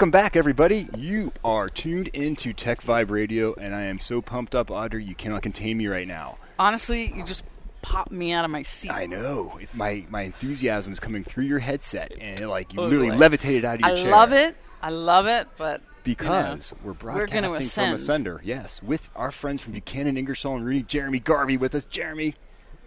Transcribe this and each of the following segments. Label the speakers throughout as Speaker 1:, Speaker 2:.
Speaker 1: Welcome back, everybody. You are tuned into Tech Vibe Radio, and I am so pumped up, Audrey, you cannot contain me right now.
Speaker 2: Honestly, you just popped me out of my seat.
Speaker 1: I know. It, my, my enthusiasm is coming through your headset, and it, like you literally levitated out of your
Speaker 2: Oh, I
Speaker 1: chair.
Speaker 2: love it. I love it, but
Speaker 1: Because
Speaker 2: you know,
Speaker 1: we're
Speaker 2: we're
Speaker 1: broadcasting
Speaker 2: gonna
Speaker 1: from
Speaker 2: ascend.
Speaker 1: Ascender, yes, with our friends from Buchanan, Ingersoll, and Rooney, Jeremy Garvey with us. Jeremy,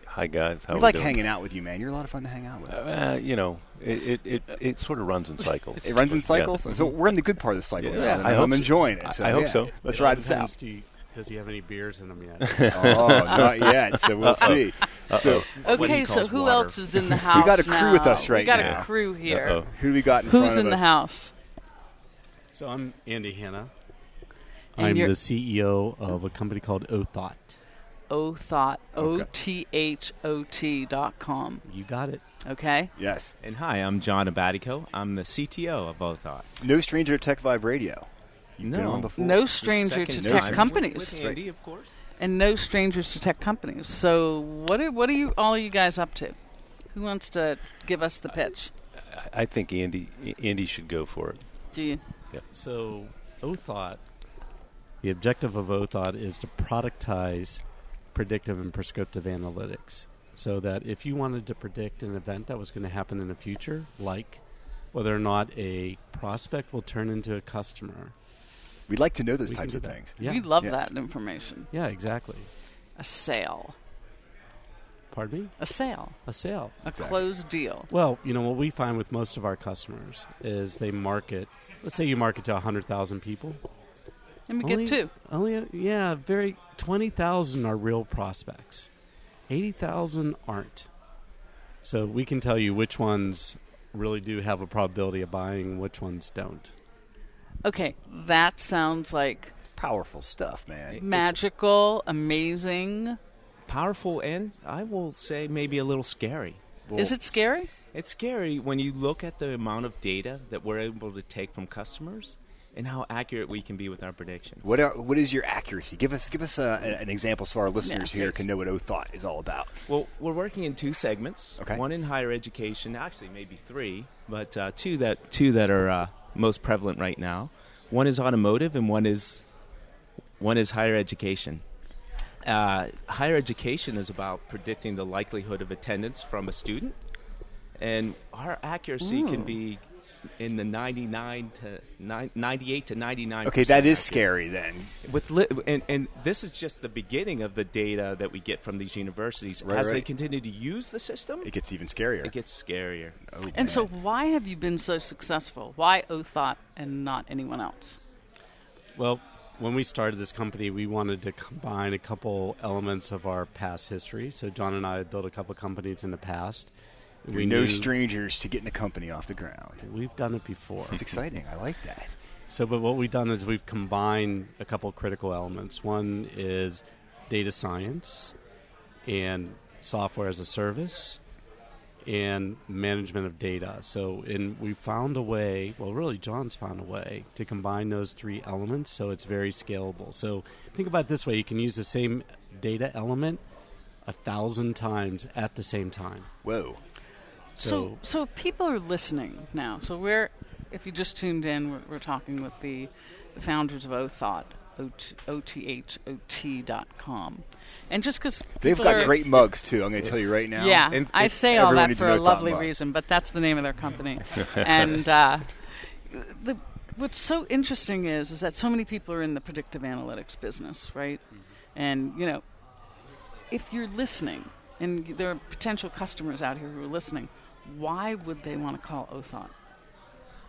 Speaker 3: Hi guys, how
Speaker 1: we
Speaker 3: we
Speaker 1: like
Speaker 3: doing?
Speaker 1: hanging out with you, man. You're a lot of fun to hang out with.
Speaker 3: Uh, you know, it, it it it sort of runs in cycles.
Speaker 1: It runs in
Speaker 3: Yeah.
Speaker 1: cycles, so we're in the good part of the cycle.
Speaker 3: Yeah.
Speaker 1: now,
Speaker 3: Yeah.
Speaker 1: and
Speaker 3: I
Speaker 1: I'm
Speaker 3: hope so.
Speaker 1: enjoying it.
Speaker 3: I- I hope
Speaker 1: yeah.
Speaker 3: so.
Speaker 1: Let's
Speaker 4: It
Speaker 1: ride this
Speaker 4: depends.
Speaker 1: out.
Speaker 4: Do you- does he have any beers in him yet?
Speaker 1: Oh, not yet. So we'll see. So
Speaker 4: what
Speaker 2: okay.
Speaker 4: he
Speaker 2: So
Speaker 4: calls
Speaker 2: who
Speaker 4: water.
Speaker 2: else is in the house?
Speaker 1: got a crew
Speaker 2: now?
Speaker 1: with us right
Speaker 2: We got
Speaker 1: now.
Speaker 2: a crew here.
Speaker 3: Uh-oh.
Speaker 1: who do we got in front
Speaker 2: Who's
Speaker 1: of
Speaker 2: in the
Speaker 1: us?
Speaker 2: house?
Speaker 4: So I'm Andy Hanna.
Speaker 2: And
Speaker 4: I'm
Speaker 2: you're-
Speaker 4: the CEO of a company called Othought.
Speaker 2: O thought. O
Speaker 1: Okay.
Speaker 2: t h o t dot com.
Speaker 4: You got it.
Speaker 2: Okay.
Speaker 1: Yes.
Speaker 5: And hi, I'm John Abatico. I'm the CTO of Othought.
Speaker 1: No stranger to Tech Vibe Radio. You've been
Speaker 5: No.
Speaker 1: on before.
Speaker 2: No stranger to
Speaker 5: Second
Speaker 1: time.
Speaker 2: tech
Speaker 5: with-
Speaker 2: companies,
Speaker 5: With Andy, of course.
Speaker 2: and no strangers to tech companies. So what are what are you all you guys up to? Who wants to give us the pitch?
Speaker 3: I- I think Andy Andy should go for it.
Speaker 2: Do you?
Speaker 4: So Othought, the objective of Othought is to productize predictive and prescriptive analytics so that if you wanted to predict an event that was going to happen in the future, like whether or not a prospect will turn into a customer.
Speaker 1: We'd like to know those
Speaker 4: we can
Speaker 1: types
Speaker 4: do
Speaker 1: of
Speaker 4: that.
Speaker 1: things.
Speaker 4: Yeah.
Speaker 2: We love
Speaker 1: Yes.
Speaker 2: that information.
Speaker 4: yeah, exactly.
Speaker 2: A sale.
Speaker 4: Pardon me?
Speaker 2: A sale.
Speaker 4: A sale.
Speaker 2: A
Speaker 1: Exactly.
Speaker 2: closed deal.
Speaker 4: Well, you know what we find with most of our customers is they market. Let's say you market to hundred thousand people.
Speaker 2: And we
Speaker 4: Only-
Speaker 2: get two.
Speaker 4: Only yeah, very twenty thousand are real prospects. Eighty thousand aren't. So we can tell you which ones really do have a probability of buying, which ones don't.
Speaker 2: Okay, that sounds like
Speaker 1: It's powerful stuff, man.
Speaker 2: magical, amazing.
Speaker 5: Powerful and I will say maybe a little scary.
Speaker 2: Is it scary?
Speaker 5: It's scary when you look at the amount of data that we're able to take from customers and how accurate we can be with our predictions.
Speaker 1: What are, what is your accuracy? Give us give us uh, a, an example so our listeners
Speaker 2: Yeah.
Speaker 1: here can know what O thought is all about.
Speaker 5: Well, we're working in two segments.
Speaker 1: Okay.
Speaker 5: One in higher education, actually maybe three, but uh, two that two that are uh, most prevalent right now. One is automotive, and one is one is higher education. Uh, higher education is about predicting the likelihood of attendance from a student, and our accuracy can be in the 99 to nine- 98 to 99
Speaker 1: Okay, that is scary then.
Speaker 5: with li- and, and this is just the beginning of the data that we get from these universities
Speaker 1: Right,
Speaker 5: as they
Speaker 1: right.
Speaker 5: continue to use the system
Speaker 1: It
Speaker 5: it,
Speaker 1: gets even scarier.
Speaker 5: gets scarier
Speaker 1: Oh, man.
Speaker 2: And so, why have you been so successful? Why Othot and not anyone else?
Speaker 4: Well, when we started this company, we wanted to combine a couple elements of our past history. So John and I had built a couple companies in the past.
Speaker 1: You're no
Speaker 4: knew-
Speaker 1: strangers to getting a company off the ground.
Speaker 4: We've done it before.
Speaker 1: It's exciting. I like that.
Speaker 4: So, but what we've done is we've combined a couple critical elements. One is data science and software as a service and management of data. So, and we found a way, well, really, John's found a way to combine those three elements so it's very scalable. So, think about it this way you can use the same data element a thousand times at the same time.
Speaker 1: Whoa.
Speaker 2: So, so if people are listening now. So we're, if you just tuned in, we're, we're talking with the, the founders of Othot, O T H O T dot com, and just because
Speaker 1: They've got great mugs too. I'm going to tell you right now.
Speaker 2: Yeah,
Speaker 1: And
Speaker 2: I say all
Speaker 1: everyone
Speaker 2: that
Speaker 1: needs
Speaker 2: for
Speaker 1: to
Speaker 2: a
Speaker 1: know
Speaker 2: lovely
Speaker 1: Thought Mug.
Speaker 2: reason, but that's the name of their company. and uh, the, what's so interesting is is that so many people are in the predictive analytics business, right?
Speaker 1: Mm-hmm.
Speaker 2: And you know, if you're listening, and there are potential customers out here who are listening, why would they want to call Othon?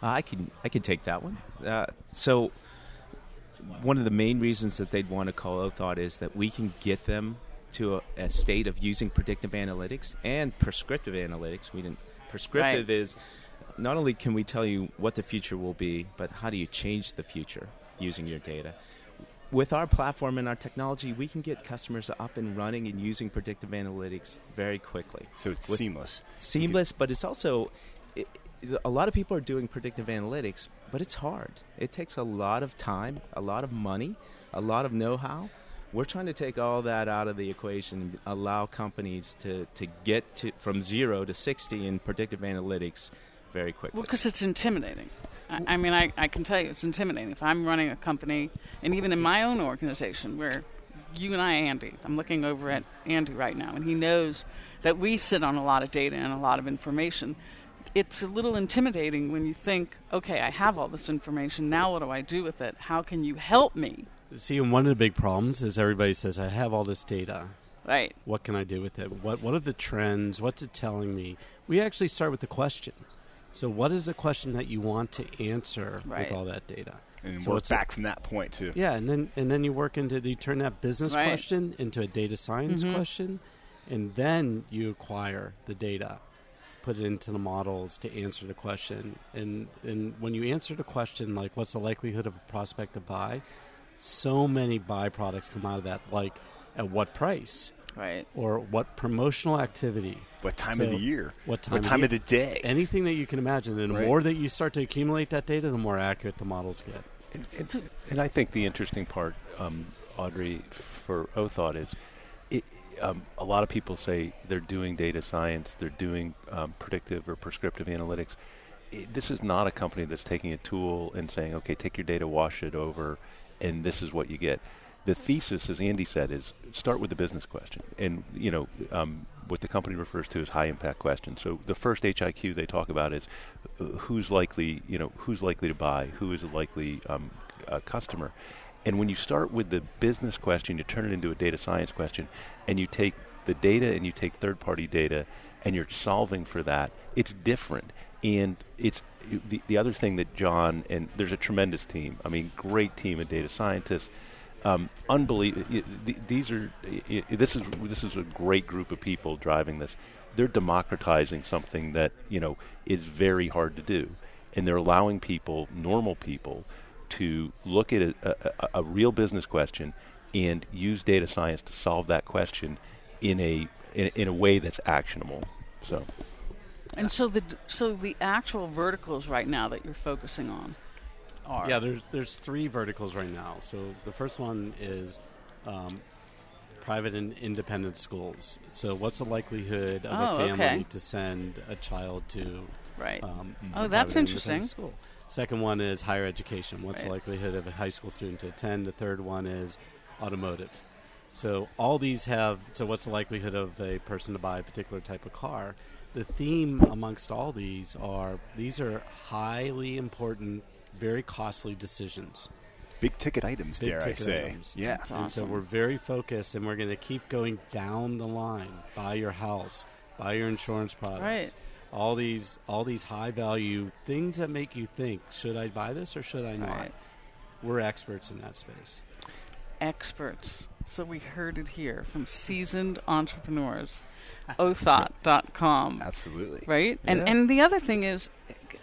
Speaker 5: Uh, I can I can take that one. Uh, so one of the main reasons that they'd want to call Othought is that we can get them to a, a state of using predictive analytics and prescriptive analytics. We didn't prescriptive
Speaker 2: Right.
Speaker 5: is not only can we tell you what the future will be, but how do you change the future using your data? With our platform and our technology, we can get customers up and running and using predictive analytics very quickly
Speaker 1: So it's
Speaker 5: With-
Speaker 1: seamless.
Speaker 5: seamless, but it's also it, a lot of people are doing predictive analytics, but it's hard. It takes a lot of time, a lot of money, a lot of know-how. We're trying to take all that out of the equation and allow companies to, to get to from zero to sixty in predictive analytics very quickly.
Speaker 2: Well, because it's intimidating. I, I mean, I, I can tell you it's intimidating. If I'm running a company, and even in my own organization, where you and I, Andy, I'm looking over at Andy right now, and he knows that we sit on a lot of data and a lot of information. It's a little intimidating when you think, okay, I have all this information. Now what do I do with it? How can you help me?
Speaker 4: See, and one of the big problems is everybody says, I have all this data.
Speaker 2: Right.
Speaker 4: What can I do with it? What, what are the trends? What's it telling me? We actually start with the question. So, what is the question that you want to answer
Speaker 2: Right.
Speaker 4: with all that data?
Speaker 1: and
Speaker 4: So
Speaker 1: work
Speaker 4: it's a-
Speaker 1: back from that point too.
Speaker 4: Yeah, and then and then you work into you turn that business
Speaker 2: Right.
Speaker 4: question into a data science
Speaker 2: Mhm.
Speaker 4: question, and then you acquire the data, put it into the models to answer the question. And and when you answer the question like what's the likelihood of a prospect to buy, so many byproducts come out of that, like at what price
Speaker 2: Right.
Speaker 4: or what promotional activity,
Speaker 1: What time
Speaker 4: So,
Speaker 1: of the year?
Speaker 4: what time,
Speaker 1: What time of the day?
Speaker 4: anything that you can imagine. And the
Speaker 1: Right.
Speaker 4: more that you start to accumulate that data, the more accurate the models get.
Speaker 3: And, and- and I think the interesting part, um, Audrey, for Othought is it, um, a lot of people say they're doing data science, they're doing um, predictive or prescriptive analytics. I this is not a company that's taking a tool and saying, okay, take your data, wash it over, and this is what you get. The thesis, as Andy said, is start with the business question, and you know um, what the company refers to as high impact questions. So the first HIQ they talk about is uh, who's likely, you know, who's likely to buy, who is a likely um, uh, customer, and when you start with the business question, you turn it into a data science question, and you take the data and you take third party data and you're solving for that, it's different. And it's the, the other thing that John, and there's a tremendous team, I mean, great team of data scientists. Um, unbelievable. These are i- i- this is this is a great group of people driving this. They're democratizing something that you know is very hard to do, and they're allowing people, normal people, to look at a, a, a- a real business question and use data science to solve that question in a in, in a way that's actionable. So
Speaker 2: And so the so the actual verticals right now that you're focusing on are
Speaker 4: Yeah, there's there's three verticals right now. So the first one is um, private and independent schools. So what's the likelihood of
Speaker 2: Oh,
Speaker 4: a family
Speaker 2: okay.
Speaker 4: to send a child to?
Speaker 2: right.
Speaker 4: Um,
Speaker 2: Oh,
Speaker 4: a
Speaker 2: that's
Speaker 4: private and
Speaker 2: interesting.
Speaker 4: independent School. Second one is higher education. What's the
Speaker 2: Right.
Speaker 4: likelihood of a high school student to attend? The third one is automotive. So all these have. So what's the likelihood of a person to buy a particular type of car? The theme amongst all these are these are highly important, very costly decisions.
Speaker 1: Big ticket items,
Speaker 4: Big
Speaker 1: dare I
Speaker 4: ticket
Speaker 1: say?
Speaker 4: items.
Speaker 1: Yeah.
Speaker 2: That's
Speaker 4: And so
Speaker 2: awesome.
Speaker 4: we're very focused, and we're going to keep going down the line. Buy your house, buy your insurance products,
Speaker 2: Right.
Speaker 4: all these all these high value things that make you think: should I buy this or should I not?
Speaker 2: Right.
Speaker 4: We're experts in that space.
Speaker 2: experts. So we heard it here from seasoned entrepreneurs. Othought.com.
Speaker 1: Absolutely.
Speaker 2: Right? And
Speaker 3: Yeah.
Speaker 2: and the other thing is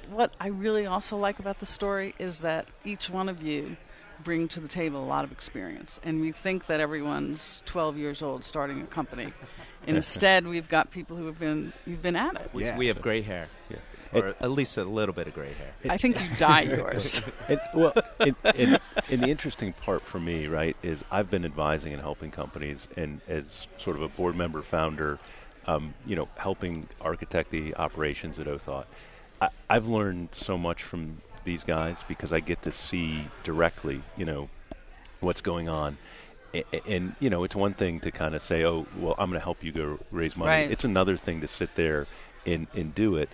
Speaker 2: what I really also like about the story is that each one of you bring to the table a lot of experience. And we think that everyone's 12 years old starting a company. Instead, we've got people who have been you've been at it.
Speaker 5: We,
Speaker 1: Yeah.
Speaker 5: we have gray hair,
Speaker 3: yeah.
Speaker 5: or at least a little bit of gray hair.
Speaker 2: I think you dye yours.
Speaker 3: And, well, and, and, and the interesting part for me, right, is I've been advising and helping companies, and as sort of a board member founder, um, you know, helping architect the operations at Othought. I, I've learned so much from these guys because I get to see directly, you know, what's going on. A- a- And you know, it's one thing to kind of say, "Oh, well, I'm going to help you go raise money."
Speaker 2: Right.
Speaker 3: It's another thing to sit there and, and do it.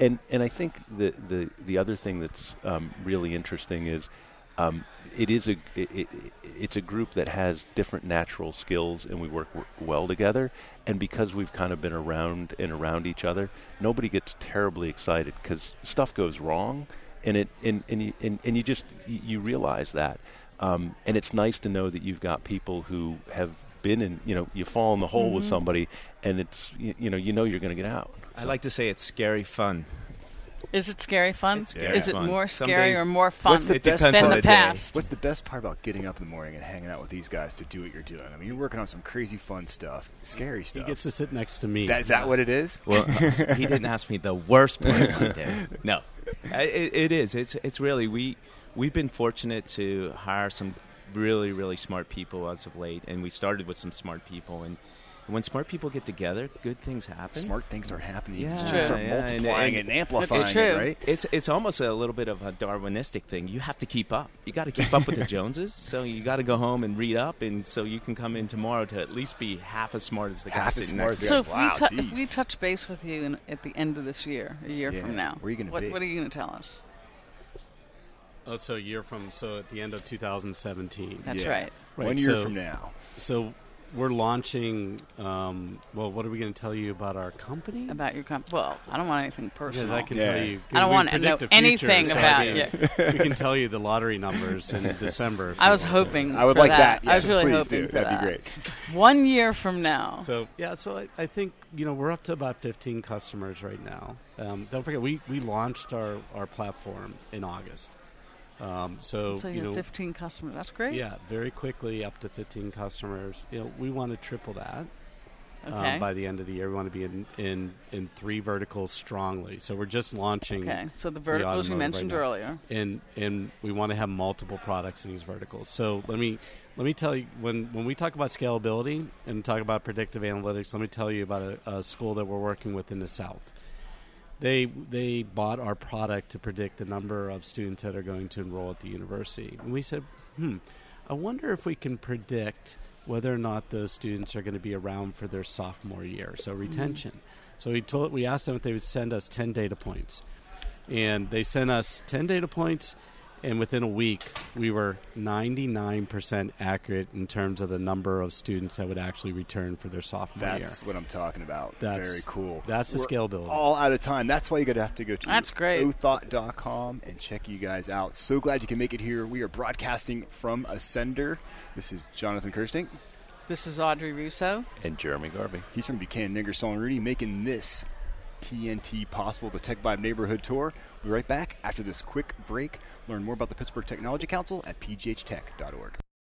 Speaker 3: And and I think the the, the other thing that's um, really interesting is um, it is a it, it, it's a group that has different natural skills, and we work w- well together. And because we've kind of been around and around each other, nobody gets terribly excited because stuff goes wrong, and it and and you, and, and you just you you realize that. Um, and it's nice to know that you've got people who have been in, you know, you fall in the hole with somebody, and it's, you, you know, you know you're going to get out.
Speaker 5: I like to say it's scary fun.
Speaker 2: Is it scary fun?
Speaker 5: It's scary
Speaker 2: Is it
Speaker 5: fun.
Speaker 2: more
Speaker 5: Some
Speaker 2: scary
Speaker 5: days-
Speaker 2: or more fun
Speaker 1: What's the
Speaker 5: it
Speaker 1: best
Speaker 5: depends
Speaker 2: than
Speaker 5: on
Speaker 1: part
Speaker 2: the
Speaker 5: the day.
Speaker 2: past?
Speaker 1: What's the best part about getting up in the morning and hanging out with these guys to do what you're doing? I mean, you're working on some crazy fun stuff, scary
Speaker 4: He
Speaker 1: stuff.
Speaker 4: gets to sit next to me.
Speaker 1: that, is that what it is?
Speaker 5: Well, uh, he didn't ask me the worst part of my day. No, I- it, it is. It's it's really we we've been fortunate to hire some really really smart people as of late, and we started with some smart people, and When smart people get together, good things happen.
Speaker 1: Smart things are happening.
Speaker 5: Yeah,
Speaker 1: you just start
Speaker 5: yeah, and-
Speaker 1: multiplying and,
Speaker 5: and-
Speaker 1: amplifying
Speaker 2: That's true.
Speaker 1: it, right?
Speaker 5: It's it's almost a little bit of a Darwinistic thing. You have to keep up. You got to keep up with the Joneses. So you got to go home and read up, and so you can come in tomorrow to at least be half as smart as the guy
Speaker 1: Half as
Speaker 5: sitting
Speaker 1: smart
Speaker 5: next.
Speaker 1: as
Speaker 5: to
Speaker 2: So
Speaker 1: Yeah,
Speaker 2: if,
Speaker 1: wow,
Speaker 2: we tou-
Speaker 1: geez.
Speaker 2: if we touch base with you in, at the end of this year, a year
Speaker 1: Yeah,
Speaker 2: from now,
Speaker 1: where you gonna
Speaker 2: what,
Speaker 1: be?
Speaker 2: what are you going to tell us?
Speaker 4: Oh, so a year from so at the end of 2017.
Speaker 2: That's
Speaker 1: Yeah.
Speaker 2: right.
Speaker 4: Right,
Speaker 1: One year
Speaker 4: so-
Speaker 1: from now.
Speaker 4: So we're launching. Um, well, what are we going to tell you about our company?
Speaker 2: About your comp. Well, I don't want anything personal.
Speaker 4: because I can
Speaker 1: Yeah.
Speaker 4: tell you.
Speaker 2: I don't
Speaker 4: we
Speaker 2: wanna
Speaker 4: predict
Speaker 2: know
Speaker 4: the future,
Speaker 2: anything
Speaker 4: so I
Speaker 2: about
Speaker 4: mean, We can tell you the lottery numbers in December. if
Speaker 2: I
Speaker 4: you
Speaker 2: was
Speaker 4: want.
Speaker 2: hoping.
Speaker 1: I would
Speaker 2: for
Speaker 1: like that.
Speaker 2: Mm, I
Speaker 1: Yes,
Speaker 2: was really
Speaker 1: please
Speaker 2: hoping
Speaker 1: do.
Speaker 2: for
Speaker 1: That'd
Speaker 2: that.
Speaker 1: be great.
Speaker 2: One year from now.
Speaker 4: So yeah, so I, I think you know we're up to about 15 customers right now. Um, don't forget we, we launched our, our platform in August. Um, so,
Speaker 2: so you
Speaker 4: you
Speaker 2: have
Speaker 4: know
Speaker 2: 15 customers. That's great.
Speaker 4: yeah, very quickly up to 15 customers. You know we want to triple that
Speaker 2: Okay.
Speaker 4: um, by the end of the year. We want to be in, in in three verticals strongly. So we're just launching
Speaker 2: okay. So the verticals you
Speaker 4: automotive right
Speaker 2: mentioned
Speaker 4: now.
Speaker 2: earlier.
Speaker 4: and and we want to have multiple products in these verticals. So let me let me tell you when when we talk about scalability and talk about predictive analytics, let me tell you about a, a school that we're working with in the South. They they bought our product to predict the number of students that are going to enroll at the university, and we said, hmm, I wonder if we can predict whether or not those students are going to be around for their sophomore year, so retention. So we told we asked them if they would send us ten data points and they sent us 10 data points and within a week we were 99% accurate in terms of the number of students that would actually return for their sophomore
Speaker 1: That's
Speaker 4: year
Speaker 1: what I'm talking about.
Speaker 4: That's-
Speaker 1: Very cool.
Speaker 4: that's the
Speaker 1: We're
Speaker 4: scalability.
Speaker 1: All out of time. That's why you gotta have to go to
Speaker 2: That's great.
Speaker 1: othought.com and check you guys out. So glad you can make it here. We are broadcasting from Ascender. This is Jonathan Kirsting.
Speaker 2: This is Audrey Russo.
Speaker 3: And Jeremy Garvey.
Speaker 1: He's from Buchanan, Ingersoll, and Rudy, making this TNT possible, the Tech Vibe Neighborhood Tour. We'll be right back after this quick break. Learn more about the Pittsburgh Technology Council at pghtech.org.